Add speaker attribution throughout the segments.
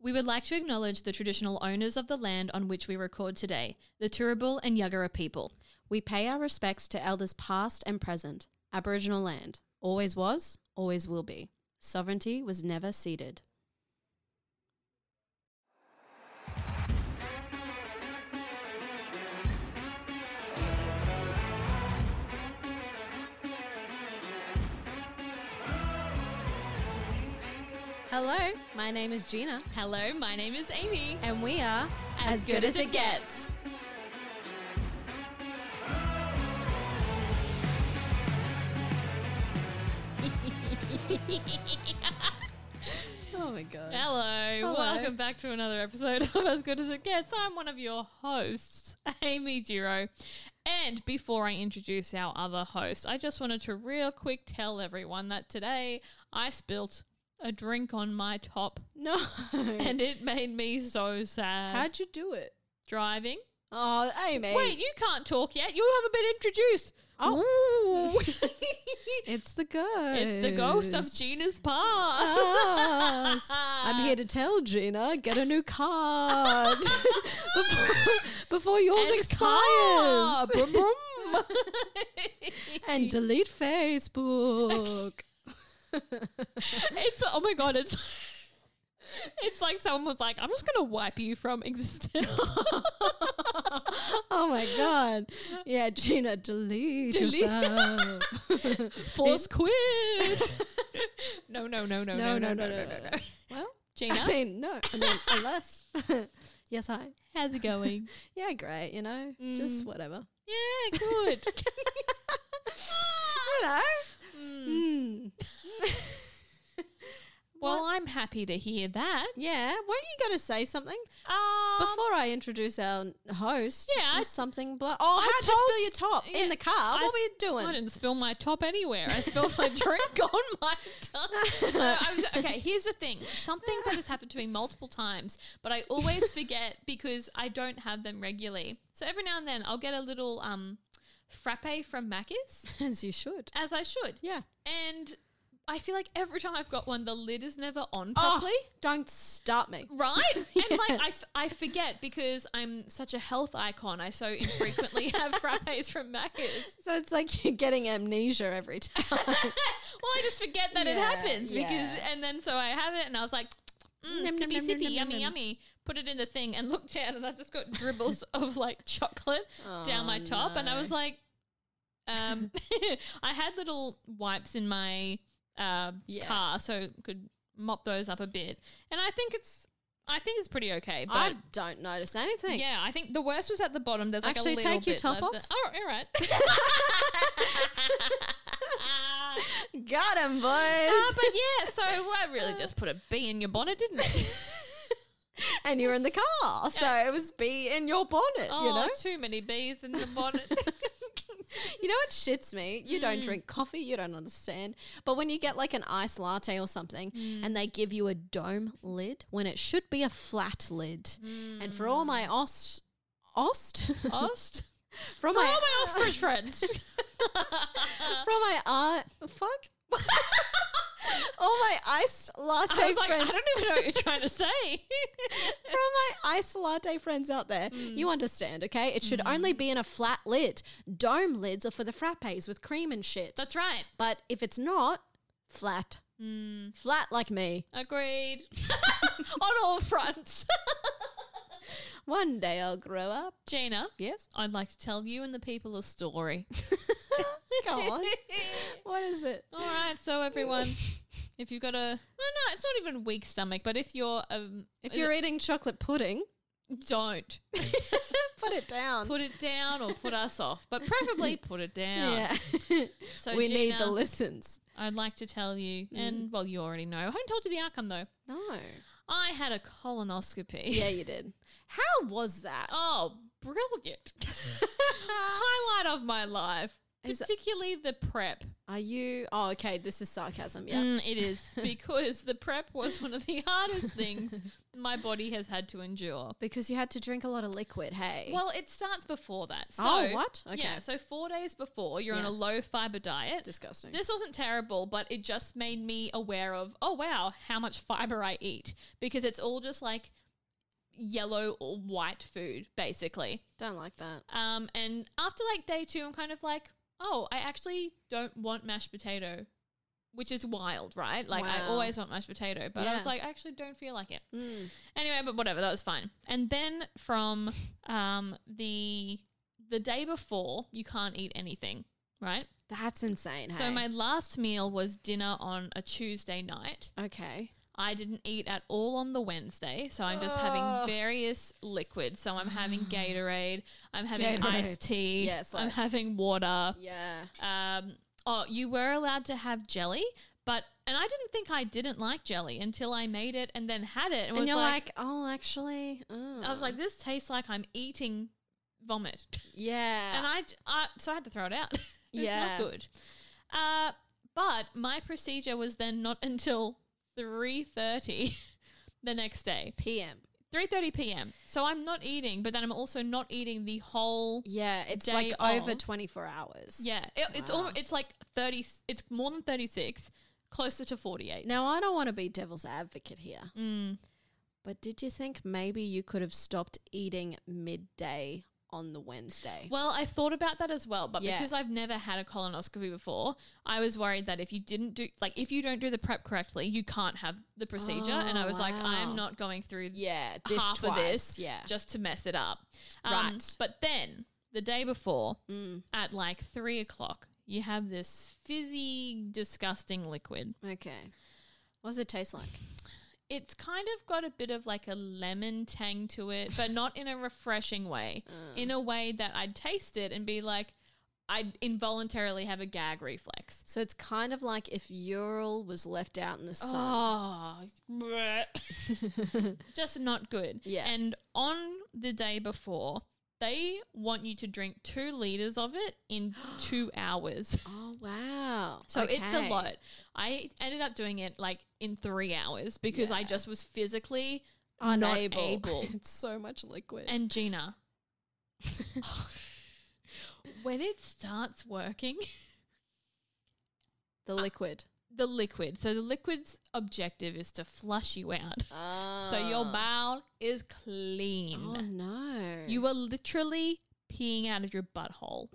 Speaker 1: We would like to acknowledge the traditional owners of the land on which we record today, the Turrbal and Yuggera people. We pay our respects to elders past and present. Aboriginal land always was, always will be. Sovereignty was never ceded. Hello, my name is Gina,
Speaker 2: Hello, my name is Amy.
Speaker 1: and we are
Speaker 2: As Good As It Gets.
Speaker 1: Oh my god.
Speaker 2: Hello. welcome back to another episode of As Good As It Gets. I'm one of your hosts, Amy Giro. And before I introduce our other host, I just wanted to real quick tell everyone that today I spilt a drink on my top
Speaker 1: No.
Speaker 2: and uh, it made me so sad.
Speaker 1: Mm. how'd you do it?
Speaker 2: Driving.
Speaker 1: Oh, Amy.
Speaker 2: Wait, you can't talk yet. You haven't been introduced.
Speaker 1: Oh.
Speaker 2: Ooh.
Speaker 1: It's the ghost.
Speaker 2: it's the ghost of Gina's past.
Speaker 1: Us. I'm here to tell Gina, get a new card before, before yours
Speaker 2: And car.
Speaker 1: expires.
Speaker 2: Brum, brum.
Speaker 1: and delete Facebook.
Speaker 2: it's oh my god, it's it's like someone was like, I'm just gonna wipe you from existence.
Speaker 1: oh my god. Yeah, Gina, delete,
Speaker 2: Delete.
Speaker 1: yourself.
Speaker 2: Force quit. no, no, no, no, no, no, no, no, no, no.
Speaker 1: Well, I
Speaker 2: Gina,
Speaker 1: mean, no. I mean, unless. yes, hi.
Speaker 2: how's it going?
Speaker 1: Yeah, great, you know,
Speaker 2: Mm.
Speaker 1: just whatever.
Speaker 2: Yeah, good.
Speaker 1: You know? Mm.
Speaker 2: well, I'm happy to hear that.
Speaker 1: Yeah, weren't you going to say something?
Speaker 2: Um,
Speaker 1: Before I introduce our host,
Speaker 2: Yeah, I-
Speaker 1: was something. Blo- oh, how'd you
Speaker 2: told-
Speaker 1: spill your top in
Speaker 2: Yeah,
Speaker 1: the car?
Speaker 2: I
Speaker 1: what were you
Speaker 2: s-
Speaker 1: doing?
Speaker 2: I didn't spill my top anywhere. I spilled my drink on my tongue. No, I was, okay, here's the thing. Something that has happened to me multiple times, but I always forget because I don't have them regularly. So every now and then I'll get a little um, frappe from Macca's,
Speaker 1: As you should.
Speaker 2: as I should.
Speaker 1: Yeah.
Speaker 2: And I feel like every time I've got one, the lid is never on
Speaker 1: Properly.
Speaker 2: properly.
Speaker 1: don't stop me.
Speaker 2: Oh. Right? And like, I, f- I forget because I'm such a health icon. I so infrequently have frappes from Macca's.
Speaker 1: So it's like you're getting amnesia every time.
Speaker 2: well, I just forget that it
Speaker 1: Yeah,
Speaker 2: happens because,
Speaker 1: yeah.
Speaker 2: and then so I have it, and I was like, mm,
Speaker 1: Nom, nom,
Speaker 2: sippy,
Speaker 1: nom, nom,
Speaker 2: sippy,
Speaker 1: nom,
Speaker 2: yummy,
Speaker 1: nom.
Speaker 2: yummy. Put it in the thing and looked down, and I just got dribbles of like chocolate down
Speaker 1: Oh,
Speaker 2: my top, and I was like, um, I had little wipes in my uh,
Speaker 1: Yeah.
Speaker 2: car, so could mop those up a bit, and I think it's, I think it's pretty okay, but.
Speaker 1: I don't notice anything.
Speaker 2: yeah, I think the worst was at the bottom. There's like
Speaker 1: Actually,
Speaker 2: a little
Speaker 1: take your
Speaker 2: bit
Speaker 1: top
Speaker 2: left.
Speaker 1: off.
Speaker 2: Oh, all right.
Speaker 1: Got him, boys.
Speaker 2: Uh, but yeah, so I really just put a B in your bonnet, didn't it?
Speaker 1: and you're in the car, so it was be in your bonnet.
Speaker 2: Oh,
Speaker 1: you know.
Speaker 2: too many B's in the bonnet.
Speaker 1: You know what shits me? You
Speaker 2: Hmm.
Speaker 1: don't drink coffee, you don't understand. But when you get like an iced latte or something
Speaker 2: Hmm.
Speaker 1: and they give you a dome lid when it should be a flat lid. And for all
Speaker 2: Hmm.
Speaker 1: my ost ost
Speaker 2: Ost?
Speaker 1: from
Speaker 2: Oh, For all my ostrich friends.
Speaker 1: from my uh, fuck all my iced latte
Speaker 2: I was like,
Speaker 1: friends
Speaker 2: I don't even know what you're trying to say.
Speaker 1: from my iced latte friends out there,
Speaker 2: Mm.
Speaker 1: you understand, okay? It should only be in a flat lid. Dome lids are for the frappes with cream and shit.
Speaker 2: That's right.
Speaker 1: But if it's not, flat.
Speaker 2: Mm.
Speaker 1: Flat like me.
Speaker 2: Agreed. On all fronts.
Speaker 1: One day I'll grow up.
Speaker 2: Gina,
Speaker 1: Yes?
Speaker 2: I'd like to tell you and the people a story.
Speaker 1: Go on. what is it?
Speaker 2: All right, so everyone, if you've got a, well, no, it's not even weak stomach, but if you're, um,
Speaker 1: If you're eating chocolate pudding,
Speaker 2: Don't
Speaker 1: Put it down.
Speaker 2: put it down or put us off, but preferably put it down.
Speaker 1: yeah.
Speaker 2: So
Speaker 1: we need the
Speaker 2: Gina,
Speaker 1: listens.
Speaker 2: I'd like to tell you,
Speaker 1: Mm-hmm.
Speaker 2: and well, you already know. I haven't told you the outcome though.
Speaker 1: No.
Speaker 2: I had a colonoscopy.
Speaker 1: Yeah, you did. How was that?
Speaker 2: Oh, brilliant! Highlight of my life,
Speaker 1: Is-
Speaker 2: particularly the prep.
Speaker 1: Are you? Oh, okay. This is sarcasm. Yeah.
Speaker 2: Mm, it is because the prep was one of the hardest things my body has had to endure.
Speaker 1: Because you had to drink a lot of liquid. Hey.
Speaker 2: Well, it starts before that. So,
Speaker 1: Oh, what?
Speaker 2: Yeah,
Speaker 1: Okay.
Speaker 2: so four days before, you're on
Speaker 1: Yeah.
Speaker 2: a low fiber diet.
Speaker 1: disgusting.
Speaker 2: This wasn't terrible, but it just made me aware of, oh, wow, how much fiber I eat because it's all just like yellow or white food, basically.
Speaker 1: Don't like that.
Speaker 2: Um, and after like day two, I'm kind of like, oh, I actually don't want mashed potato, which is wild, right? Like, I
Speaker 1: Wow.
Speaker 2: always want mashed potato, but I was
Speaker 1: Yeah.
Speaker 2: like, I actually don't feel like it.
Speaker 1: Mm.
Speaker 2: Anyway, but whatever, that was fine. And then from um, the the day before, you can't eat anything, right?
Speaker 1: That's insane.
Speaker 2: So
Speaker 1: hey.
Speaker 2: my last meal was dinner on a Tuesday night.
Speaker 1: Okay.
Speaker 2: I didn't eat at all on the Wednesday, so I'm just
Speaker 1: Ugh.
Speaker 2: having various liquids. So I'm having Gatorade, I'm having
Speaker 1: Gatorade.
Speaker 2: iced tea,
Speaker 1: Yes,
Speaker 2: I'm
Speaker 1: like-
Speaker 2: having water.
Speaker 1: Yeah.
Speaker 2: Um, oh, you were allowed to have jelly, but and I didn't think I didn't like jelly until I made it and then had it, and,
Speaker 1: And
Speaker 2: was
Speaker 1: you're
Speaker 2: like,
Speaker 1: like, oh, actually,
Speaker 2: I was
Speaker 1: mm."
Speaker 2: like, this tastes like I'm eating vomit.
Speaker 1: yeah.
Speaker 2: And I, d- I- so I had to throw it out. it
Speaker 1: Yeah.
Speaker 2: was not good. Uh, but my procedure was then not until 3.30 the next day.
Speaker 1: PM.
Speaker 2: 3.30 p.m. So I'm not eating, but then I'm also not eating the whole...
Speaker 1: Yeah, it's
Speaker 2: Day
Speaker 1: like over
Speaker 2: off.
Speaker 1: 24 hours.
Speaker 2: Yeah, it, it's
Speaker 1: Wow.
Speaker 2: almost, it's like 30, it's more than 36, closer to 48.
Speaker 1: Now, I don't want to be devil's advocate here,
Speaker 2: Mm.
Speaker 1: but did you think maybe you could have stopped eating midday on the Wednesday?
Speaker 2: Well, I thought about that as well, but
Speaker 1: Yeah.
Speaker 2: because I've never had a colonoscopy before, I was worried that if you didn't do like if you don't do the prep correctly, you can't have the procedure. and I
Speaker 1: Oh,
Speaker 2: was like, I am
Speaker 1: wow.
Speaker 2: not going through
Speaker 1: yeah, this
Speaker 2: half
Speaker 1: twice.
Speaker 2: of this
Speaker 1: Yeah.
Speaker 2: just to mess it up. Um,
Speaker 1: Right.
Speaker 2: But then the day before,
Speaker 1: Mm,
Speaker 2: at like three o'clock, you have this fizzy, disgusting liquid.
Speaker 1: okay. What does it taste like?
Speaker 2: It's kind of got a bit of like a lemon tang to it, but not in a refreshing way.
Speaker 1: Uh,
Speaker 2: in a way that I'd taste it and be like, I'd involuntarily have a gag reflex.
Speaker 1: So it's kind of like if Ural was left out in the sun.
Speaker 2: Oh,
Speaker 1: Oh.
Speaker 2: just not good.
Speaker 1: Yeah.
Speaker 2: And on the day before, they want you to drink two liters of it in two hours.
Speaker 1: Oh, wow.
Speaker 2: So it's a
Speaker 1: Okay.
Speaker 2: lot. I ended up doing it like in three hours because I
Speaker 1: Yeah.
Speaker 2: just was physically
Speaker 1: Unable.
Speaker 2: not able.
Speaker 1: it's so much liquid.
Speaker 2: And Gina, when it starts working,
Speaker 1: the liquid.
Speaker 2: the liquid. So the liquid's objective is to flush you out.
Speaker 1: Oh.
Speaker 2: so your bowel is clean.
Speaker 1: Oh, no.
Speaker 2: You are literally peeing out of your butthole.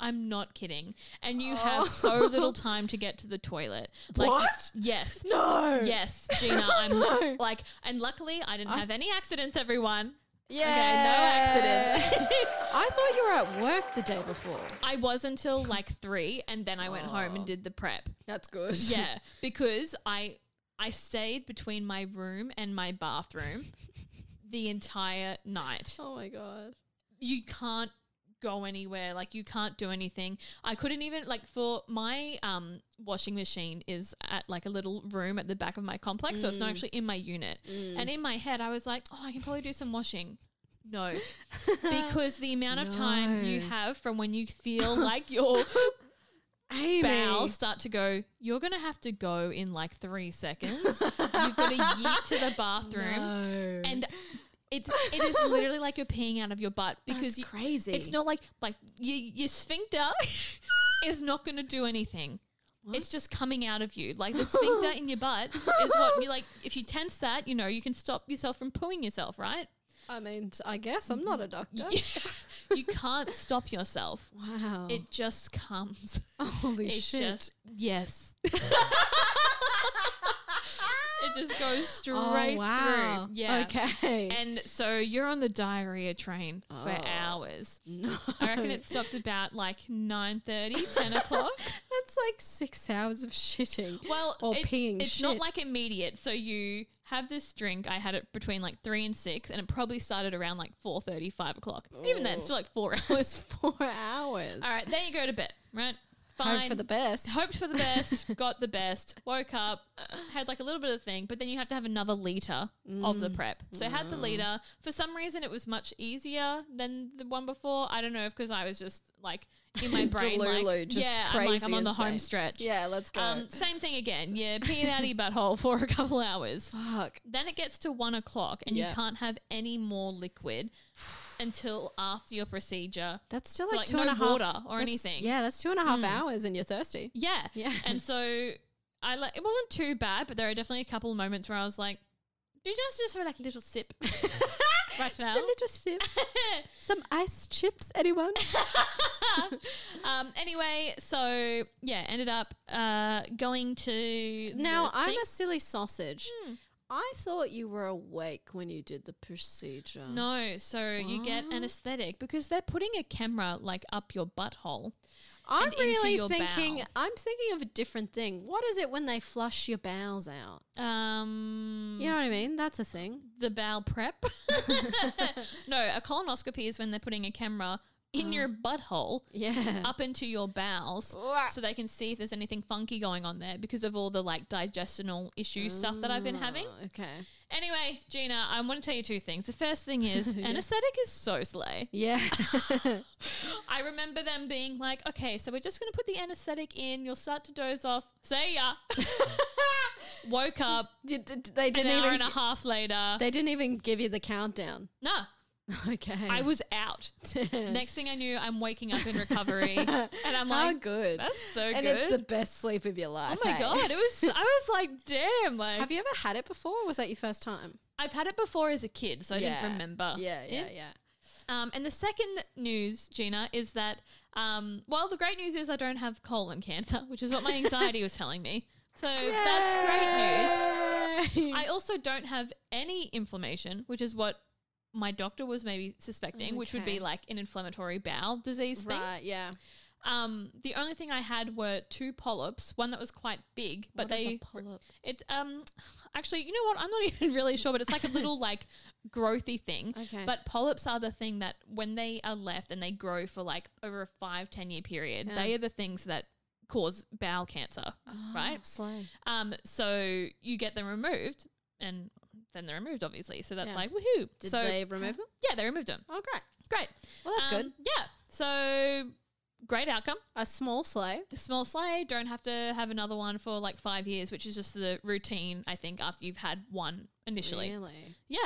Speaker 2: I'm not kidding. And you have so little time to get to the toilet.
Speaker 1: Oh. What?
Speaker 2: Yes.
Speaker 1: No.
Speaker 2: Yes, Gina. I'm
Speaker 1: No.
Speaker 2: like, and luckily I didn't have any accidents, everyone.
Speaker 1: Yeah.
Speaker 2: Okay, no accident.
Speaker 1: I thought you were at work the day before.
Speaker 2: I was until like three, and then I went home and did the prep.
Speaker 1: That's good.
Speaker 2: Yeah, because I I stayed between my room and my bathroom the entire night.
Speaker 1: Oh my god.
Speaker 2: You can't go anywhere, like you can't do anything. I couldn't even like for my um washing machine is at like a little room at the back of my complex, so it's
Speaker 1: Mm.
Speaker 2: not actually in my unit. And in my head I was like, "Oh, I can probably do some washing." No. because the amount of time you
Speaker 1: No.
Speaker 2: have from when you feel like you're
Speaker 1: Amy.
Speaker 2: bowels start to go, you're going to have to go in like three seconds. You've got to yeet to the bathroom.
Speaker 1: No.
Speaker 2: And it's, it is literally like you're peeing out of your butt because
Speaker 1: That's
Speaker 2: you,
Speaker 1: crazy.
Speaker 2: it's not like, like you, your sphincter is not going to do anything. It's just coming out of you. Like the sphincter in your butt is what you like. If you tense that, you know, you can stop yourself from pooing yourself, right?
Speaker 1: I mean, I guess I'm not a doctor.
Speaker 2: you can't stop yourself.
Speaker 1: Wow.
Speaker 2: It just comes.
Speaker 1: Holy
Speaker 2: It's
Speaker 1: shit.
Speaker 2: just yes. it's just goes straight
Speaker 1: oh, wow.
Speaker 2: through. Yeah.
Speaker 1: Okay.
Speaker 2: And so you're on the diarrhea train for
Speaker 1: Oh.
Speaker 2: hours.
Speaker 1: no.
Speaker 2: I reckon it stopped about like 9.30, 10 o'clock.
Speaker 1: That's like six hours of shitting.
Speaker 2: Well,
Speaker 1: Or
Speaker 2: it-
Speaker 1: peeing
Speaker 2: it's not
Speaker 1: shit.
Speaker 2: like immediate. So you have this drink. I had it between like three and six, and it probably started around like four thirty, five o'clock. Even then, it's
Speaker 1: Ooh.
Speaker 2: still like four
Speaker 1: It's
Speaker 2: hours.
Speaker 1: four hours.
Speaker 2: All right, then you go to bed, right? Fine.
Speaker 1: Hope for the best.
Speaker 2: Hoped for the best, got the best, woke up, had like a little bit of thing, but then you have to have another liter of
Speaker 1: Mm.
Speaker 2: the prep. So I had the liter. For some reason, it was much easier than the one before. I don't know if because I was just like in my brain, like,
Speaker 1: Delulu, just
Speaker 2: yeah,
Speaker 1: crazy.
Speaker 2: I'm like I'm on the
Speaker 1: insane.
Speaker 2: home stretch.
Speaker 1: Yeah, let's go.
Speaker 2: Um, same thing again. Yeah, pee it out of your butthole for a couple hours.
Speaker 1: Fuck.
Speaker 2: Then it gets to one o'clock, and
Speaker 1: Yeah.
Speaker 2: you can't have any more liquid until after your procedure.
Speaker 1: That's still
Speaker 2: So,
Speaker 1: like,
Speaker 2: like,
Speaker 1: two
Speaker 2: no
Speaker 1: and a half
Speaker 2: water or
Speaker 1: that's-
Speaker 2: anything.
Speaker 1: Yeah, that's two and a half
Speaker 2: Mm.
Speaker 1: hours and you're thirsty.
Speaker 2: Yeah.
Speaker 1: Yeah.
Speaker 2: And so I like it wasn't too bad, but there are definitely a couple of moments where I was like, "Do you guys just have like a little sip right
Speaker 1: Just
Speaker 2: now?"
Speaker 1: a little sip. Some ice chips, anyone?
Speaker 2: um. Anyway, so yeah, ended up uh going to
Speaker 1: now,
Speaker 2: the
Speaker 1: I'm
Speaker 2: thing.
Speaker 1: a silly sausage.
Speaker 2: Hmm.
Speaker 1: I thought you were awake when you did the procedure.
Speaker 2: No, so you get
Speaker 1: What?
Speaker 2: an aesthetic because they're putting a camera like up your butthole.
Speaker 1: I'm
Speaker 2: and into
Speaker 1: really
Speaker 2: your
Speaker 1: thinking.
Speaker 2: bowel.
Speaker 1: I'm thinking of a different thing. What is it when they flush your bowels out?
Speaker 2: Um,
Speaker 1: You know what I mean? That's a thing.
Speaker 2: the bowel prep. no, a colonoscopy is when they're putting a camera
Speaker 1: Uh-huh.
Speaker 2: in your butthole
Speaker 1: Yeah.
Speaker 2: up into your bowels
Speaker 1: Wah.
Speaker 2: so they can see if there's anything funky going on there because of all the like digestional issue stuff that I've been having.
Speaker 1: Oh, Okay.
Speaker 2: Anyway, Gina, I want to tell you two things. The first thing is
Speaker 1: Yeah.
Speaker 2: anesthetic is so slay.
Speaker 1: Yeah.
Speaker 2: I remember them being like, okay, so we're just going to put the anesthetic in. You'll start to doze off. Say ya. Woke up
Speaker 1: Did- did- they
Speaker 2: an
Speaker 1: didn't
Speaker 2: hour
Speaker 1: even.
Speaker 2: and a half later.
Speaker 1: They didn't even give you the countdown.
Speaker 2: no,
Speaker 1: Okay.
Speaker 2: I was out. Next thing I knew, I'm waking up in recovery. and I'm
Speaker 1: How
Speaker 2: like,
Speaker 1: good.
Speaker 2: that's so
Speaker 1: and
Speaker 2: good.
Speaker 1: it's the best sleep of your
Speaker 2: oh
Speaker 1: life.
Speaker 2: my
Speaker 1: eh?
Speaker 2: God. It was, I was like, damn. Like,
Speaker 1: Have you ever had it before? Or was that your first time?
Speaker 2: I've had it before as a kid, so I didn't remember.
Speaker 1: Yeah,
Speaker 2: it.
Speaker 1: yeah, yeah.
Speaker 2: Um, and the second news, Gina, is that um, well, the great news is I don't have colon cancer, which is what my anxiety was telling me. So that's great news.
Speaker 1: great
Speaker 2: I also don't have any inflammation, which is what my doctor was maybe suspecting, which would
Speaker 1: Okay.
Speaker 2: be like an inflammatory bowel disease thing.
Speaker 1: right, yeah.
Speaker 2: Um, the only thing I had were two polyps, one that was quite big, but
Speaker 1: What is a
Speaker 2: they
Speaker 1: polyp?
Speaker 2: it's um actually, you know what? I'm not even really sure, but it's like a little like growthy thing.
Speaker 1: Okay.
Speaker 2: But polyps are the thing that when they are left and they grow for like over a five, ten year period,
Speaker 1: Yeah. Ah.
Speaker 2: they are the things that cause bowel cancer. right?
Speaker 1: Slow.
Speaker 2: Um, so you get them removed and then they're removed obviously. So that's
Speaker 1: Yeah.
Speaker 2: like woohoo.
Speaker 1: Did
Speaker 2: so
Speaker 1: they remove them?
Speaker 2: yeah, they removed them.
Speaker 1: Oh, great.
Speaker 2: Great.
Speaker 1: Well, that's
Speaker 2: Um,
Speaker 1: good.
Speaker 2: Yeah. So great outcome.
Speaker 1: A small sleigh.
Speaker 2: The small sleigh, don't have to have another one for like five years, which is just the routine, I think, after you've had one initially.
Speaker 1: Really?
Speaker 2: Yeah.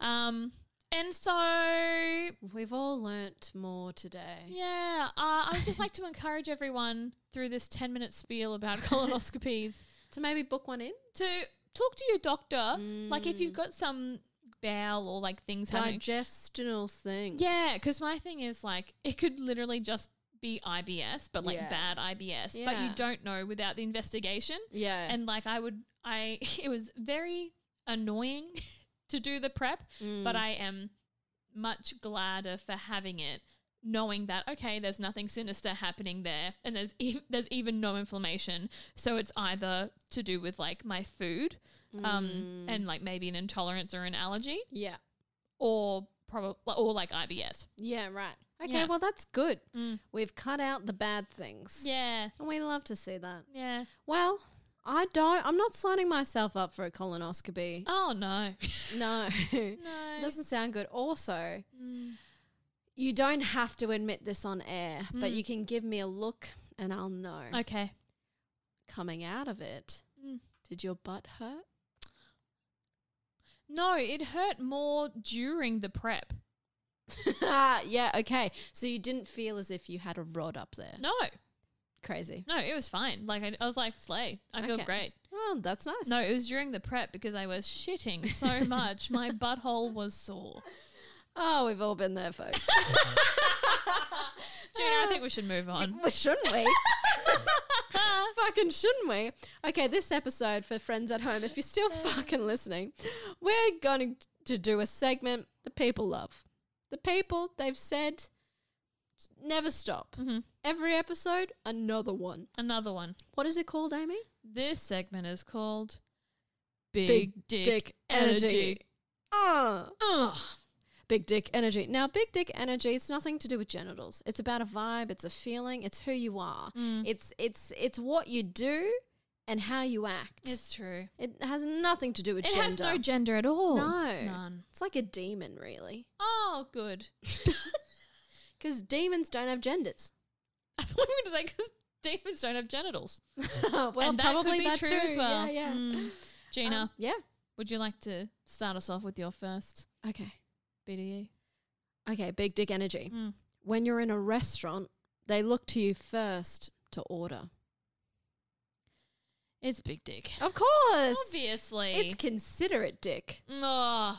Speaker 1: Ah.
Speaker 2: Um, and so
Speaker 1: we've all learnt more today.
Speaker 2: Yeah, uh, I would just like to encourage everyone through this 10 minute spiel about colonoscopies
Speaker 1: To maybe book one in.
Speaker 2: to talk to your doctor. Like, if
Speaker 1: Mm.
Speaker 2: you've got some bowel or like things happening.
Speaker 1: Digestional things.
Speaker 2: Yeah, because my thing is like, it could literally just be IBS, but like
Speaker 1: Yeah.
Speaker 2: bad IBS, but you
Speaker 1: Yeah.
Speaker 2: don't know without the investigation.
Speaker 1: Yeah.
Speaker 2: And like, I would, I, it was very annoying to do the prep, but I am much gladder for having it, knowing that okay, there's nothing sinister happening there, and there's ev- there's even no inflammation. So it's either to do with like my food, um, and like maybe an intolerance or an allergy,
Speaker 1: Mm. yeah.
Speaker 2: or probably or like IBS.
Speaker 1: Yeah, right. Okay,
Speaker 2: Yeah.
Speaker 1: well, that's good.
Speaker 2: Mm.
Speaker 1: We've cut out the bad things.
Speaker 2: Yeah,
Speaker 1: And we love to see that.
Speaker 2: yeah.
Speaker 1: Well, I don't. I'm not signing myself up for a colonoscopy.
Speaker 2: Oh no,
Speaker 1: No.
Speaker 2: no.
Speaker 1: Doesn't sound good. Also,
Speaker 2: Mm.
Speaker 1: you don't have to admit this on air,
Speaker 2: Mm.
Speaker 1: but you can give me a look and I'll know.
Speaker 2: Okay.
Speaker 1: Coming out of it,
Speaker 2: Mm.
Speaker 1: did your butt hurt?
Speaker 2: No, it hurt more during the prep.
Speaker 1: yeah, okay. So you didn't feel as if you had a rod up there.
Speaker 2: No,
Speaker 1: Crazy.
Speaker 2: no, it was fine. Like I, I was like, slay. I feel
Speaker 1: Okay.
Speaker 2: great.
Speaker 1: Oh, that's nice.
Speaker 2: No, it was during the prep because I was shitting so much. My butthole was sore.
Speaker 1: Oh, we've all been there, folks.
Speaker 2: Gina, I think we should move on.
Speaker 1: Well, shouldn't we? fucking shouldn't we? Okay, this episode for friends at home, if you're still fucking listening, we're going to do a segment the people love. The people they've said never stop. Every episode, another one.
Speaker 2: Another one.
Speaker 1: What is it called, Amy?
Speaker 2: This segment is called Big,
Speaker 1: Big
Speaker 2: Dick,
Speaker 1: Dick
Speaker 2: Energy.
Speaker 1: Energy. Ah.
Speaker 2: Ugh.
Speaker 1: Big dick energy. Now, big dick energy, it's nothing to do with genitals. It's about a vibe, it's a feeling, it's who you are.
Speaker 2: Mm.
Speaker 1: It's it's it's what you do and how you act.
Speaker 2: It's true.
Speaker 1: it has nothing to do with
Speaker 2: It
Speaker 1: gender.
Speaker 2: has no gender at all.
Speaker 1: No.
Speaker 2: None.
Speaker 1: It's like a demon, really.
Speaker 2: Oh, good.
Speaker 1: Because demons don't have genders.
Speaker 2: I thought we were going to say because demons don't have genitals.
Speaker 1: well,
Speaker 2: and that could be true as well.
Speaker 1: Yeah, yeah.
Speaker 2: Mm.
Speaker 1: Um,
Speaker 2: Gina,
Speaker 1: yeah.
Speaker 2: would you like to start us off with your first E?
Speaker 1: Okay.
Speaker 2: BDE?
Speaker 1: Okay, big dick energy.
Speaker 2: Mm.
Speaker 1: When you're in a restaurant, they look to you first to order.
Speaker 2: It's big dick.
Speaker 1: Of course.
Speaker 2: Obviously.
Speaker 1: It's considerate dick.
Speaker 2: Ugh.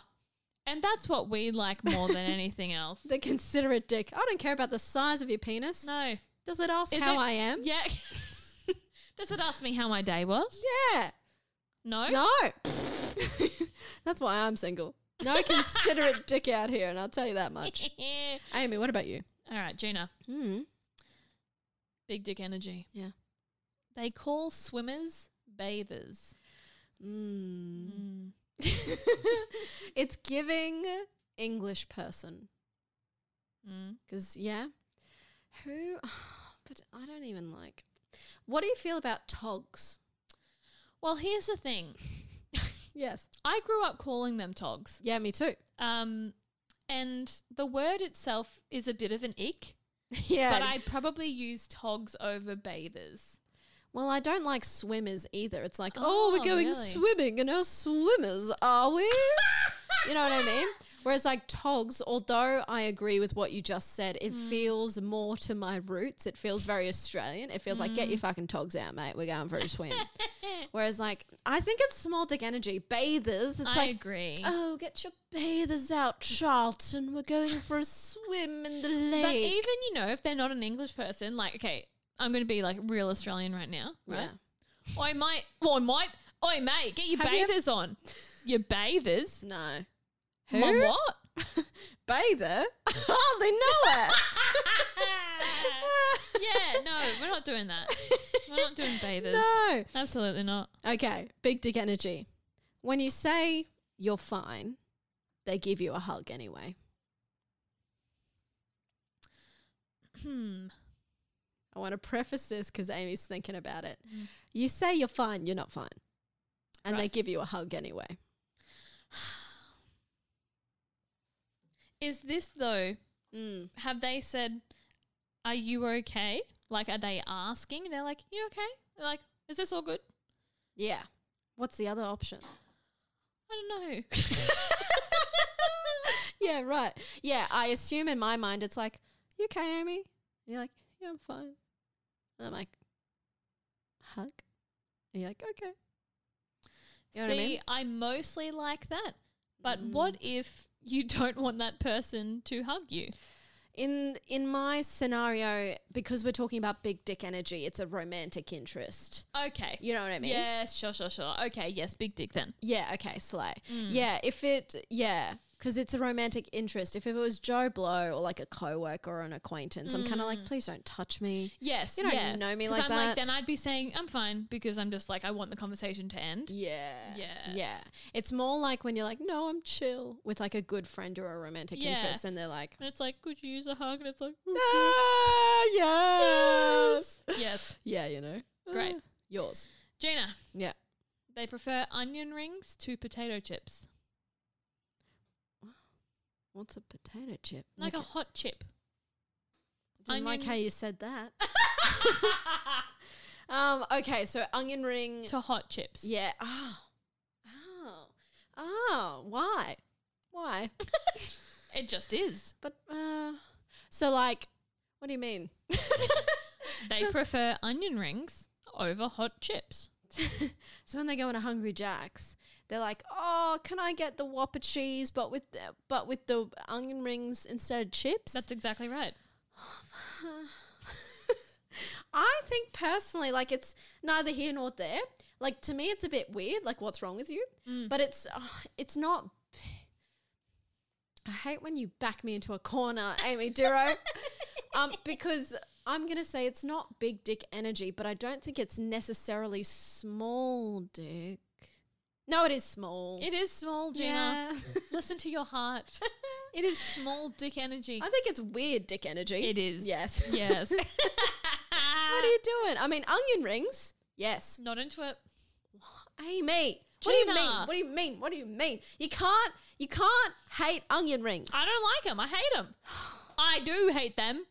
Speaker 2: And that's what we like more than anything else.
Speaker 1: The considerate dick. I don't care about the size of your penis.
Speaker 2: no.
Speaker 1: Does it ask
Speaker 2: Is
Speaker 1: how
Speaker 2: it-
Speaker 1: I am?
Speaker 2: Yeah. Does it ask me how my day was?
Speaker 1: Yeah.
Speaker 2: No.
Speaker 1: No. That's why I'm single. No considerate dick out here, and I'll tell you that much. Amy, what about you?
Speaker 2: All right, Gina.
Speaker 1: Hmm.
Speaker 2: Big dick energy.
Speaker 1: Yeah.
Speaker 2: They call swimmers bathers.
Speaker 1: Mm.
Speaker 2: Mm.
Speaker 1: it's giving English person.
Speaker 2: Mm.
Speaker 1: Because, yeah. Who? But I don't even like. What do you feel about togs?
Speaker 2: Well, here's the thing.
Speaker 1: Yes.
Speaker 2: I grew up calling them togs.
Speaker 1: Yeah, me too.
Speaker 2: Um, and the word itself is a bit of an ick,
Speaker 1: yeah.
Speaker 2: but I'd probably use togs over bathers.
Speaker 1: well, I don't like swimmers either. It's like, oh, we're
Speaker 2: Oh,
Speaker 1: going
Speaker 2: really?
Speaker 1: swimming, and how swimmers are we? you know what I mean? Whereas, like, togs, although I agree with what you just said, it
Speaker 2: Hmm.
Speaker 1: feels more to my roots. It feels very Australian. It feels like, get your
Speaker 2: Hmm.
Speaker 1: fucking togs out, mate. We're going for a swim. Whereas, like, I think it's small dick energy. Bathers, it's
Speaker 2: I
Speaker 1: like,
Speaker 2: agree.
Speaker 1: Oh, get your bathers out, Charlton. We're going for a swim in the lake.
Speaker 2: But even, you know, if they're not an English person, like, okay, I'm going to be like real Australian right now, right? I might, well, I might, oi, mate, get your
Speaker 1: Have you ev-
Speaker 2: bathers on. Your bathers?
Speaker 1: Yeah. No.
Speaker 2: My
Speaker 1: Who?
Speaker 2: what?
Speaker 1: Bather? Hardly know it.
Speaker 2: yeah, no, we're not doing that. We're not doing bathers.
Speaker 1: No.
Speaker 2: Absolutely not.
Speaker 1: Okay, big dick energy. When you say you're fine, they give you a hug anyway.
Speaker 2: Hmm.
Speaker 1: I want to preface this because Amy's thinking about it. You say you're fine, you're not fine. And they
Speaker 2: Right.
Speaker 1: give you a hug anyway.
Speaker 2: Is this, though,
Speaker 1: Mm.
Speaker 2: have they said, "Are you okay?" Like, are they asking? They're like, "You okay?" They're like, "Is this all good?"
Speaker 1: Yeah. What's the other option?
Speaker 2: I don't know.
Speaker 1: yeah, right. Yeah, I assume in my mind it's like, you okay, Amy? And you're like, yeah, I'm fine. And I'm like, hug? And you're like, okay. You know
Speaker 2: See,
Speaker 1: what I
Speaker 2: I,
Speaker 1: mean? Mm.
Speaker 2: mostly like that, but what if you don't want that person to hug you?
Speaker 1: In in my scenario, because we're talking about big dick energy, it's a romantic interest.
Speaker 2: Okay.
Speaker 1: You know what I mean?
Speaker 2: Yes, sure, sure, sure. Okay, yes, big dick then.
Speaker 1: Yeah, okay, slay.
Speaker 2: Hmm.
Speaker 1: Yeah, if it, yeah, because it's a romantic interest. If it was Joe Blow or like a coworker or an acquaintance, I'm kind of
Speaker 2: Hmm.
Speaker 1: like, please don't touch me.
Speaker 2: Yes,
Speaker 1: You don't
Speaker 2: yeah.
Speaker 1: know me
Speaker 2: 'Cause
Speaker 1: like
Speaker 2: I'm Like,
Speaker 1: that.
Speaker 2: then I'd be saying I'm fine because I'm just like I want the conversation to end.
Speaker 1: Yeah. Yeah.
Speaker 2: Yes.
Speaker 1: It's more like when you're like, no, I'm chill with like a good friend or a romantic
Speaker 2: Yeah.
Speaker 1: interest, and they're like,
Speaker 2: And it's like, could you use a hug? And it's like,
Speaker 1: ah, yes.
Speaker 2: yes,
Speaker 1: Yeah, you know.
Speaker 2: Great.
Speaker 1: Ah. Yours.
Speaker 2: Gina.
Speaker 1: Yeah.
Speaker 2: They prefer onion rings to potato chips,
Speaker 1: What's a potato chip?
Speaker 2: like a
Speaker 1: Okay.
Speaker 2: hot chip.
Speaker 1: I didn't like
Speaker 2: onion-
Speaker 1: how you said that. um. Okay. So onion ring.
Speaker 2: to hot chips.
Speaker 1: Yeah. Oh. Oh. Oh. Why? Why?
Speaker 2: It just is.
Speaker 1: but uh. So like, what do you mean?
Speaker 2: They prefer onion rings over hot chips.
Speaker 1: So when they go on a Hungry Jack's, they're like, "Oh, can I get the Whopper cheese, but with the, but with the onion rings instead of chips?"
Speaker 2: That's exactly right.
Speaker 1: I think personally, like it's neither here nor there. Like to me, it's a bit weird. Like, what's wrong with you?
Speaker 2: Mm.
Speaker 1: But it's ah, it's not. I hate when you back me into a corner, Amy Duro, um, because I'm gonna say it's not big dick energy, but I don't think it's necessarily small dick. No, it is small.
Speaker 2: It is small, Gina. Listen to your heart. It is small dick energy.
Speaker 1: I think it's weird dick energy.
Speaker 2: It is.
Speaker 1: Yes.
Speaker 2: Yes.
Speaker 1: what are you doing? I mean, onion rings. Yes.
Speaker 2: Not into it.
Speaker 1: Amy, what do you mean?
Speaker 2: Gina.
Speaker 1: What do you mean? What do you mean? You can't you can't hate onion rings.
Speaker 2: I don't like them. I hate them. I do hate them.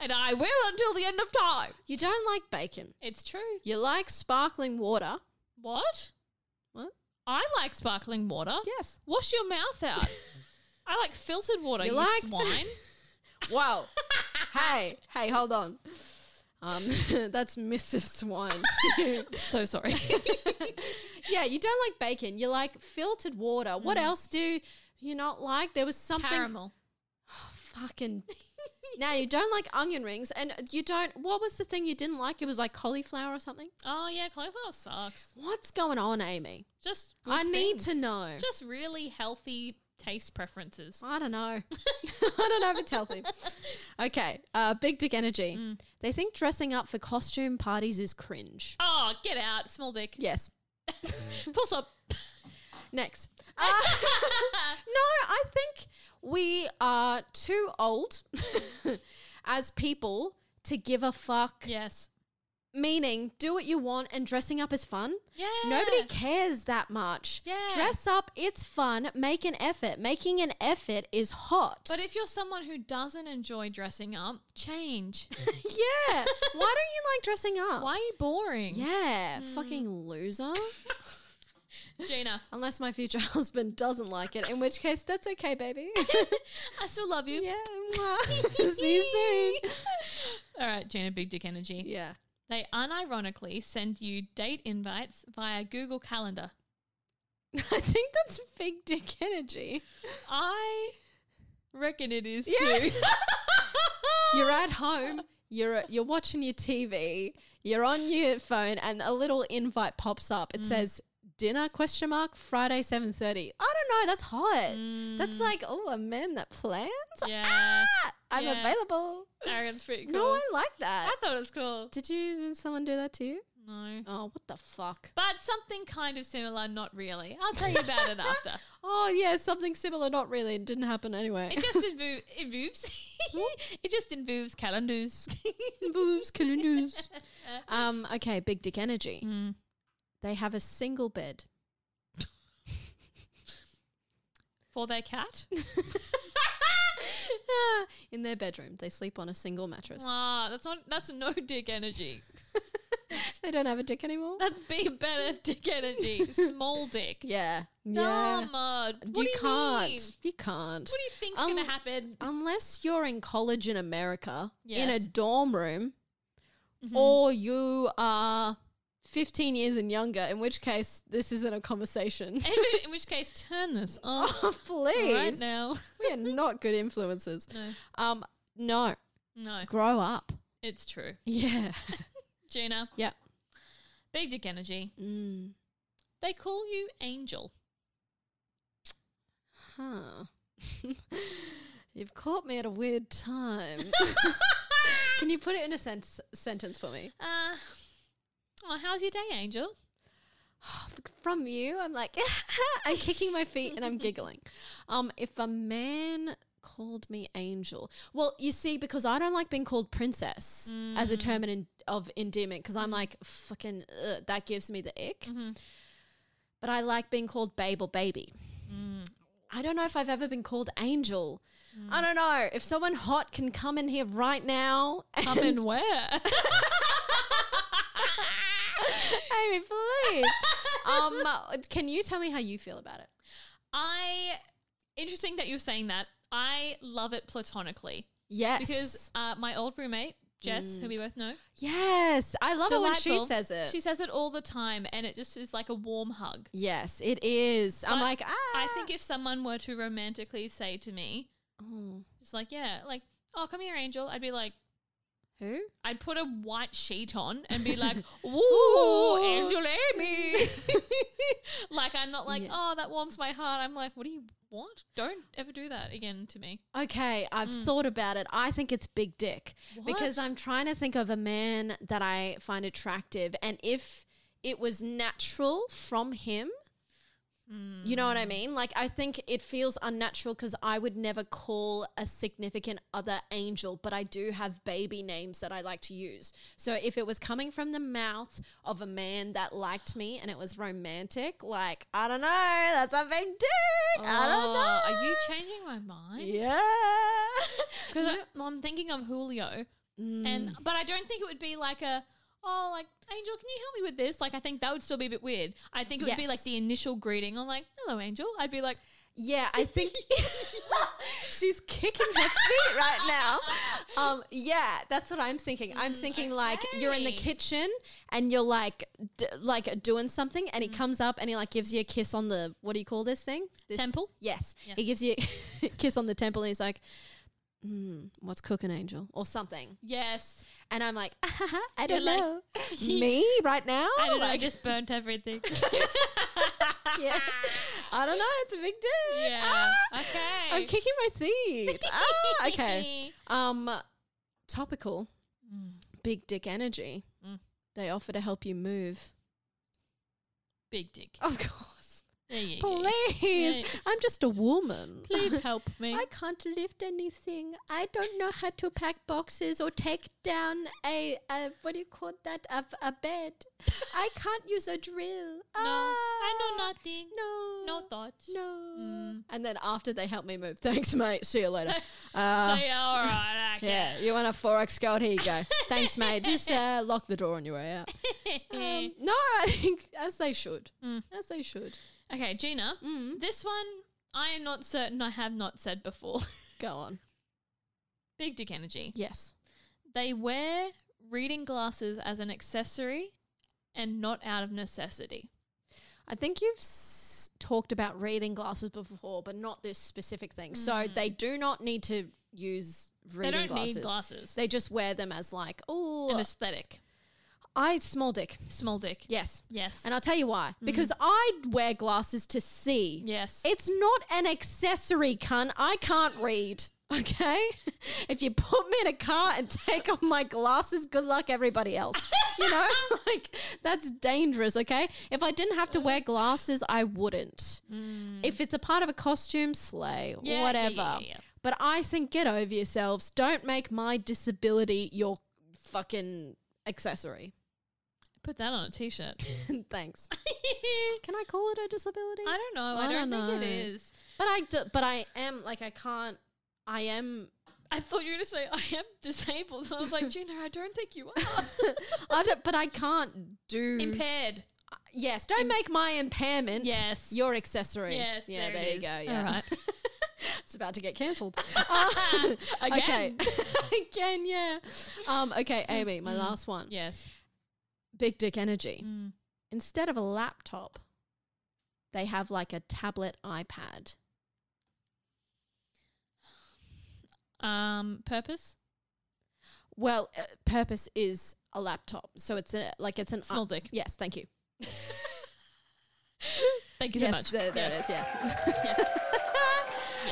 Speaker 2: and I will until the end of time.
Speaker 1: you don't like bacon.
Speaker 2: It's true.
Speaker 1: You like sparkling water.
Speaker 2: What?
Speaker 1: What?
Speaker 2: I like sparkling water.
Speaker 1: Yes.
Speaker 2: Wash your mouth out. I like filtered water,
Speaker 1: You
Speaker 2: you,
Speaker 1: like-
Speaker 2: swine.
Speaker 1: Whoa. hey, hey, hold on. Um, that's Mrs. Swine.
Speaker 2: so sorry.
Speaker 1: yeah, you don't like bacon. You like filtered water. What else do you not like? There was something
Speaker 2: Mm. Caramel.
Speaker 1: fucking. now you don't like onion rings, and you don't. What was the thing you didn't like? It was like cauliflower or something.
Speaker 2: Oh, yeah, cauliflower sucks.
Speaker 1: What's going on, Amy?
Speaker 2: Just good
Speaker 1: I need
Speaker 2: things.
Speaker 1: to know.
Speaker 2: Just really healthy taste preferences.
Speaker 1: I don't know. I don't know if it's healthy. Okay, uh, big dick energy. They think dressing up for costume parties is cringe.
Speaker 2: Oh, get out. Small dick.
Speaker 1: Yes.
Speaker 2: Full stop.
Speaker 1: Next. Uh, Ah. no, I think we are too old as people to give a fuck.
Speaker 2: yes.
Speaker 1: Meaning, do what you want, and dressing up is fun.
Speaker 2: Yeah.
Speaker 1: Nobody cares that much.
Speaker 2: Yeah.
Speaker 1: Dress up, it's fun. Make an effort. Making an effort is hot.
Speaker 2: But if you're someone who doesn't enjoy dressing up, change.
Speaker 1: yeah. Why don't you like dressing up?
Speaker 2: Why Hmm. are you boring?
Speaker 1: Yeah, fucking loser.
Speaker 2: Gina,
Speaker 1: Unless my future husband doesn't like it, in which case that's okay, baby.
Speaker 2: I still love you.
Speaker 1: yeah. mwah. See you soon.
Speaker 2: All right, Gina, big dick energy.
Speaker 1: Yeah.
Speaker 2: They unironically send you date invites via Google Calendar.
Speaker 1: I think that's big dick energy.
Speaker 2: I reckon it is
Speaker 1: Yeah.
Speaker 2: too.
Speaker 1: you're at home, you're you're watching your TV, you're on your phone and a little invite pops up. It says dinner question mark Friday 7:30. I don't know, that's hot.
Speaker 2: Mm.
Speaker 1: That's like, oh, a man that plans?
Speaker 2: yeah.
Speaker 1: Ah, I'm
Speaker 2: Yeah.
Speaker 1: available.
Speaker 2: I reckon it's pretty cool.
Speaker 1: No, I like that.
Speaker 2: I thought it was cool.
Speaker 1: Did you? Did someone do that to you?
Speaker 2: No.
Speaker 1: Oh, what the fuck!
Speaker 2: But something kind of similar, not really. I'll tell you about it after.
Speaker 1: Oh yeah, something similar. Not really. It didn't happen anyway.
Speaker 2: It just invo- involves. it just involves calendars.
Speaker 1: Boobs, calendars. um. Okay. Big dick energy.
Speaker 2: Mm.
Speaker 1: They have a single bed.
Speaker 2: For their cat.
Speaker 1: Ah, In their bedroom, they sleep on a single mattress.
Speaker 2: Ah, that's not. That's no dick energy.
Speaker 1: they don't have a dick anymore.
Speaker 2: That's big, better dick energy. Small dick.
Speaker 1: yeah. Yeah.
Speaker 2: Dumb. What do
Speaker 1: You,
Speaker 2: you
Speaker 1: can't.
Speaker 2: mean?
Speaker 1: You can't.
Speaker 2: What do you think's
Speaker 1: Um,
Speaker 2: gonna happen?
Speaker 1: Unless you're in college in America in a
Speaker 2: Yes. Mm-hmm.
Speaker 1: dorm room, or you are 15 years and younger, in which case this isn't a conversation.
Speaker 2: In which, in which case, turn this off
Speaker 1: oh, please.
Speaker 2: right now.
Speaker 1: we are not good influences.
Speaker 2: No.
Speaker 1: Um, no,
Speaker 2: No,
Speaker 1: grow up.
Speaker 2: it's true.
Speaker 1: Yeah.
Speaker 2: Gina,
Speaker 1: yeah.
Speaker 2: big dick energy.
Speaker 1: Mm.
Speaker 2: They call you Angel.
Speaker 1: Huh. You've caught me at a weird time. Can you put it in a sen- sentence for me?
Speaker 2: Uh, oh, how's your day, Angel?
Speaker 1: From you, I'm like, I'm kicking my feet and I'm giggling. Um, if a man called me angel, well, you see, because I don't like being called princess as a term in, of endearment, because I'm like, fucking, ugh, that gives me the ick. But I like being called babe or baby. I don't know if I've ever been called angel. I don't know. If someone hot can come in here right now.
Speaker 2: Come and where?
Speaker 1: Amy, please. um, can you tell me how you feel about it?
Speaker 2: I. Interesting that you're saying that. I love it platonically
Speaker 1: Yes. Mm.
Speaker 2: because uh, my old roommate Jess, who we both know,
Speaker 1: yes, I love it when she
Speaker 2: delightful,
Speaker 1: says it.
Speaker 2: She says it all the time, and it just is like a warm hug.
Speaker 1: yes, it is. I'm
Speaker 2: But
Speaker 1: like, ah.
Speaker 2: I think if someone were to romantically say to me,
Speaker 1: Oh,
Speaker 2: just like, yeah, like, oh, come here, Angel, I'd be like,
Speaker 1: Who?
Speaker 2: I'd put a white sheet on and be like, "Ooh, Angel Amy." like I'm not like,
Speaker 1: Yeah.
Speaker 2: "Oh, that warms my heart." I'm like, "What do you want? Don't ever do that again to me."
Speaker 1: Okay, I've thought about it. I think it's big dick because
Speaker 2: Mm. What?
Speaker 1: I'm trying to think of a man that I find attractive, and if it was natural from him, you know what
Speaker 2: Hmm.
Speaker 1: I mean. Like I think it feels unnatural because I would never call a significant other angel, but I do have baby names that I like to use. So if it was coming from the mouth of a man that liked me and it was romantic, like I don't know, that's a big dick. I don't know.
Speaker 2: Oh, Are you changing my mind?
Speaker 1: Yeah.
Speaker 2: Because I'm thinking of Julio,
Speaker 1: Mm.
Speaker 2: and but I don't think it would be like a oh like Angel, can you help me with this? Like I think that would still be a bit weird. I think it would be like
Speaker 1: Yes.
Speaker 2: the initial greeting. I'm like, hello, Angel. I'd be like,
Speaker 1: yeah, I think she's kicking her feet right now. Um, yeah, that's what I'm thinking. I'm thinking like you're in the
Speaker 2: okay.
Speaker 1: kitchen and you're like d- like doing something, and he
Speaker 2: Mm-hmm.
Speaker 1: comes up and he like gives you a kiss on the what do you call this thing? This,
Speaker 2: Temple?
Speaker 1: Yes, he gives you a kiss on the temple, and he's like. Mm, what's cooking, Angel, or something?
Speaker 2: yes.
Speaker 1: And I'm like, I
Speaker 2: You're
Speaker 1: don't
Speaker 2: like-
Speaker 1: know. Me right now?
Speaker 2: I don't know. I
Speaker 1: Like-
Speaker 2: just burnt everything.
Speaker 1: yeah. I don't know. It's a big deal.
Speaker 2: Yeah.
Speaker 1: Ah,
Speaker 2: Okay.
Speaker 1: I'm kicking my feet. ah, okay. Um, topical. Big dick energy.
Speaker 2: Mm.
Speaker 1: They offer to help you move.
Speaker 2: Big dick.
Speaker 1: Of course.
Speaker 2: Yeah, yeah, yeah, yeah.
Speaker 1: Oh, Please.
Speaker 2: Yeah.
Speaker 1: I'm just a woman.
Speaker 2: Please help me.
Speaker 1: I can't lift anything. I don't know how to pack boxes or take down a, a what do you call that? A, a bed. I can't use a drill.
Speaker 2: no,
Speaker 1: No,
Speaker 2: I know nothing.
Speaker 1: No.
Speaker 2: No thoughts.
Speaker 1: No.
Speaker 2: Mm.
Speaker 1: And then after they help me move, thanks, mate. See you later.
Speaker 2: So
Speaker 1: Uh,
Speaker 2: yeah, all right. Okay.
Speaker 1: yeah, you want a forex gold? Here you go. thanks, mate. Just uh, lock the door on your way out. Um, no, I think as they should, as they should.
Speaker 2: Okay, Gina.
Speaker 1: Mm. Mm-hmm.
Speaker 2: This one I am not certain. I have not said before.
Speaker 1: Go on.
Speaker 2: Big dick energy.
Speaker 1: Yes.
Speaker 2: They wear reading glasses as an accessory and not out of necessity.
Speaker 1: I think you've s- talked about reading glasses before, but not this specific thing. So they do not need to use reading
Speaker 2: they don't
Speaker 1: glasses.
Speaker 2: need glasses.
Speaker 1: They just wear them as like,
Speaker 2: An
Speaker 1: oh,
Speaker 2: aesthetic.
Speaker 1: I small dick.
Speaker 2: Small dick.
Speaker 1: Yes.
Speaker 2: Yes.
Speaker 1: And I'll tell you why. Because I wear glasses to see.
Speaker 2: yes.
Speaker 1: It's not an accessory, cunt. I can't read. Okay? If you put me in a car and take off my glasses, good luck, everybody else. You know? like, that's dangerous, okay? If I didn't have to wear glasses, I wouldn't. If it's a part of a costume, slay,
Speaker 2: Hmm. Yeah, yeah,
Speaker 1: whatever.
Speaker 2: yeah, yeah.
Speaker 1: But I think get over yourselves. Don't make my disability your fucking accessory.
Speaker 2: Put that on a t-shirt.
Speaker 1: Thanks.
Speaker 2: I
Speaker 1: Can I call it a disability?
Speaker 2: don't know. I,
Speaker 1: I
Speaker 2: don't,
Speaker 1: don't
Speaker 2: think it
Speaker 1: know.
Speaker 2: is.
Speaker 1: But I, d- but I am like I can't. I am.
Speaker 2: I thought you were going to say I am disabled. So I was like, Gina, I don't think you are.
Speaker 1: I don't, but I can't do.
Speaker 2: Impaired.
Speaker 1: yes, don't make my impairment.
Speaker 2: Yes.
Speaker 1: your accessory.
Speaker 2: Yes.
Speaker 1: yeah, there,
Speaker 2: it
Speaker 1: you
Speaker 2: is.
Speaker 1: go. Yeah,
Speaker 2: All right.
Speaker 1: it's about to get cancelled. Uh,
Speaker 2: Again. Mm,
Speaker 1: okay. again, yeah. Um, okay, Amy, my last one.
Speaker 2: Yes.
Speaker 1: Big dick energy.
Speaker 2: Mm.
Speaker 1: Instead of a laptop, they have like a tablet iPad.
Speaker 2: Um, purpose.
Speaker 1: Well, uh, purpose is a laptop, so it's a, like it's an uh,
Speaker 2: Small dick.
Speaker 1: Yes, thank you.
Speaker 2: Thank you
Speaker 1: yes,
Speaker 2: so much.
Speaker 1: There, there
Speaker 2: Yes.
Speaker 1: it is. Yeah.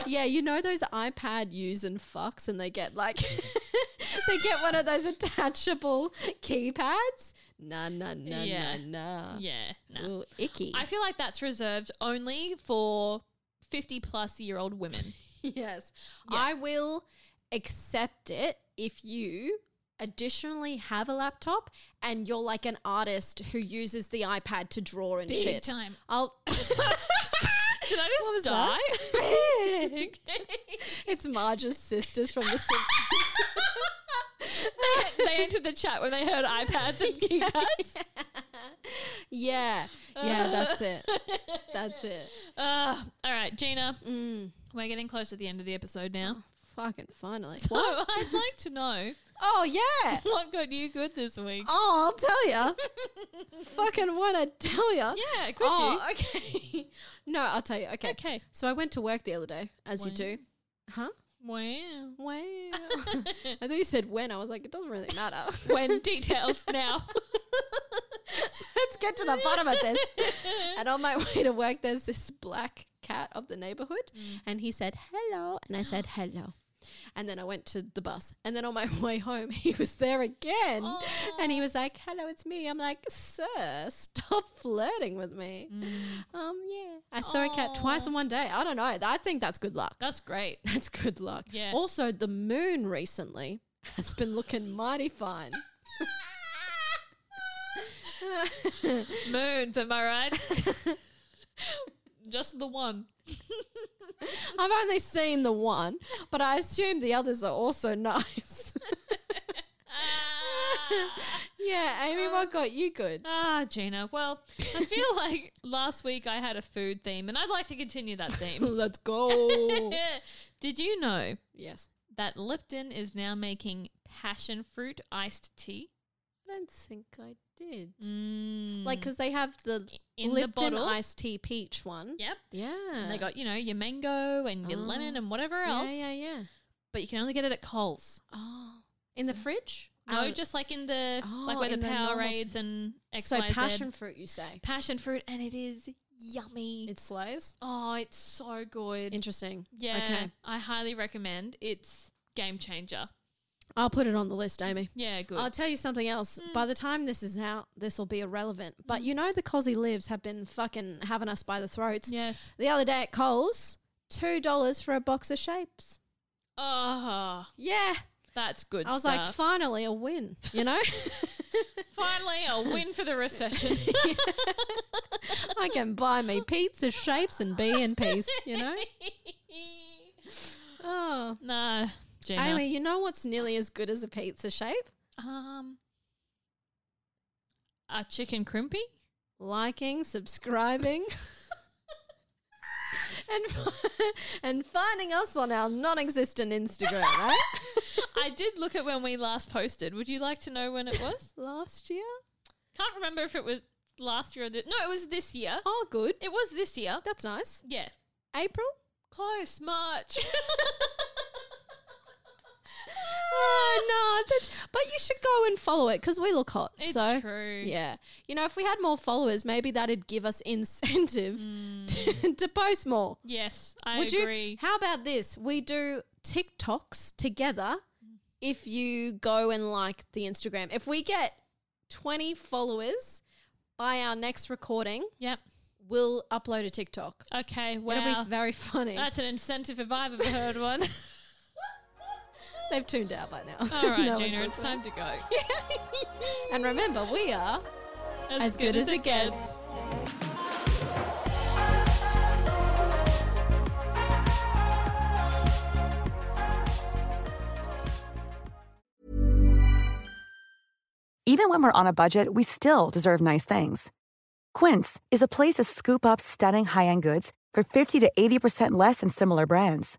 Speaker 1: yeah, you know those iPad use and fucks, and they get like they get one of those attachable keypads. Nah, nah, nah,
Speaker 2: Yeah.
Speaker 1: nah, nah.
Speaker 2: Yeah. Nah.
Speaker 1: Ooh, icky.
Speaker 2: I feel like that's reserved only for 50 plus year old women.
Speaker 1: yes, I will accept it if you additionally have a laptop and you're like an artist who uses the iPad to draw and
Speaker 2: Big
Speaker 1: shit.
Speaker 2: time.
Speaker 1: I'll.
Speaker 2: Did I just
Speaker 1: What was
Speaker 2: die?
Speaker 1: that? it's Marge's sisters from The Simpsons.
Speaker 2: they, they entered the chat when they heard iPads and keypads.
Speaker 1: Yeah, yeah, that's it. That's it.
Speaker 2: Uh, all right, Gina,
Speaker 1: Mm,
Speaker 2: we're getting close to the end of the episode now.
Speaker 1: fucking finally.
Speaker 2: What? I'd like to know
Speaker 1: Oh yeah.
Speaker 2: what got you good this week.
Speaker 1: Oh, I'll tell ya. fucking what I tell ya.
Speaker 2: Yeah, could
Speaker 1: Oh, okay. no, I'll tell you. Okay.
Speaker 2: Okay.
Speaker 1: So I went to work the other day, as you do. Huh?
Speaker 2: you? Wow.
Speaker 1: Wow. I thought you said when. I was like, it doesn't really matter.
Speaker 2: When details now.
Speaker 1: Let's get to the bottom of this. And on my way to work, there's this black cat of the neighborhood.
Speaker 2: Mm.
Speaker 1: And he said, hello. And I said, hello. And then I went to the bus. And then on my way home, he was there again. And he was like, hello, it's me. I'm like, sir, stop flirting with me.
Speaker 2: Mm.
Speaker 1: Um, yeah. I saw a cat twice in one day. I don't know. I think that's good luck.
Speaker 2: That's great.
Speaker 1: That's good luck.
Speaker 2: Yeah.
Speaker 1: Also, the moon recently has been looking mighty fine.
Speaker 2: Moons, am I right? Just the one.
Speaker 1: I've only seen the one, but I assume the others are also nice. Ah. yeah, Amy, what got you good?
Speaker 2: Ah, Gina. Well, I feel like last week I had a food theme, and I'd like to continue that theme.
Speaker 1: Let's go.
Speaker 2: Did you know
Speaker 1: yes.
Speaker 2: that Lipton is now making passion fruit iced tea?
Speaker 1: I don't think I did. Like 'cause
Speaker 2: Mm.
Speaker 1: Like, because they have the
Speaker 2: In the
Speaker 1: Lipton
Speaker 2: bottle?
Speaker 1: iced tea peach one.
Speaker 2: yep.
Speaker 1: Yeah.
Speaker 2: And they got, you know, your mango and your
Speaker 1: Oh.
Speaker 2: lemon and whatever
Speaker 1: yeah,
Speaker 2: else,
Speaker 1: yeah, yeah.
Speaker 2: but you can only get it at Coles.
Speaker 1: Oh, in the fridge?
Speaker 2: No,
Speaker 1: Oh,
Speaker 2: just like in the like
Speaker 1: Oh,
Speaker 2: where the
Speaker 1: in the normal
Speaker 2: Powerades and XYZ.
Speaker 1: so passion fruit. You say
Speaker 2: passion fruit, and it is yummy.
Speaker 1: it slays.
Speaker 2: oh, it's so good.
Speaker 1: Interesting.
Speaker 2: yeah,
Speaker 1: Okay.
Speaker 2: I highly recommend. It's game changer.
Speaker 1: I'll put it on the list, Amy.
Speaker 2: Yeah, good. Mm.
Speaker 1: I'll tell you something else. By the time this is out, this will be irrelevant. But you know, the Cosy Lives have been fucking having us by the throats.
Speaker 2: yes.
Speaker 1: The other day at Coles, two dollars for a box of shapes.
Speaker 2: Oh,
Speaker 1: Yeah,
Speaker 2: that's good.
Speaker 1: I was like,
Speaker 2: stuff.
Speaker 1: finally a win. You know,
Speaker 2: finally a win for the recession.
Speaker 1: I can buy me pizza shapes and be in peace. You know. Oh,
Speaker 2: no, Gina.
Speaker 1: Amy, you know what's nearly as good as a pizza shape?
Speaker 2: um, a chicken crimpy.
Speaker 1: liking, subscribing, and and finding us on our non-existent Instagram. eh? Right?
Speaker 2: I did look at when we last posted. Would you like to know when it was?
Speaker 1: Last year.
Speaker 2: Can't remember if it was last year or this. No, it was this year.
Speaker 1: Oh, good.
Speaker 2: It was this year.
Speaker 1: That's nice.
Speaker 2: Yeah.
Speaker 1: April.
Speaker 2: Close, March.
Speaker 1: Oh no, that's. But you should go and follow it because we look hot.
Speaker 2: it's
Speaker 1: so.
Speaker 2: true.
Speaker 1: Yeah, you know, if we had more followers, maybe that'd give us incentive to, to post more.
Speaker 2: Yes, Hmm. I
Speaker 1: Would
Speaker 2: agree.
Speaker 1: you? How about this? We do TikToks together.
Speaker 2: Hmm.
Speaker 1: If you go and like the Instagram, if we get twenty followers by our next recording,
Speaker 2: yep.
Speaker 1: we'll upload a TikTok.
Speaker 2: Okay.
Speaker 1: It'll
Speaker 2: Wow.
Speaker 1: be very funny.
Speaker 2: That's an incentive if I've ever heard one.
Speaker 1: They've tuned out by now.
Speaker 2: All right,
Speaker 1: No one's
Speaker 2: Gina, it's time
Speaker 1: listening.
Speaker 2: to go.
Speaker 1: And remember, we are as good as it gets.
Speaker 3: Even when we're on a budget, we still deserve nice things. Quince is a place to scoop up stunning high end goods for 50 to 80% less than similar brands.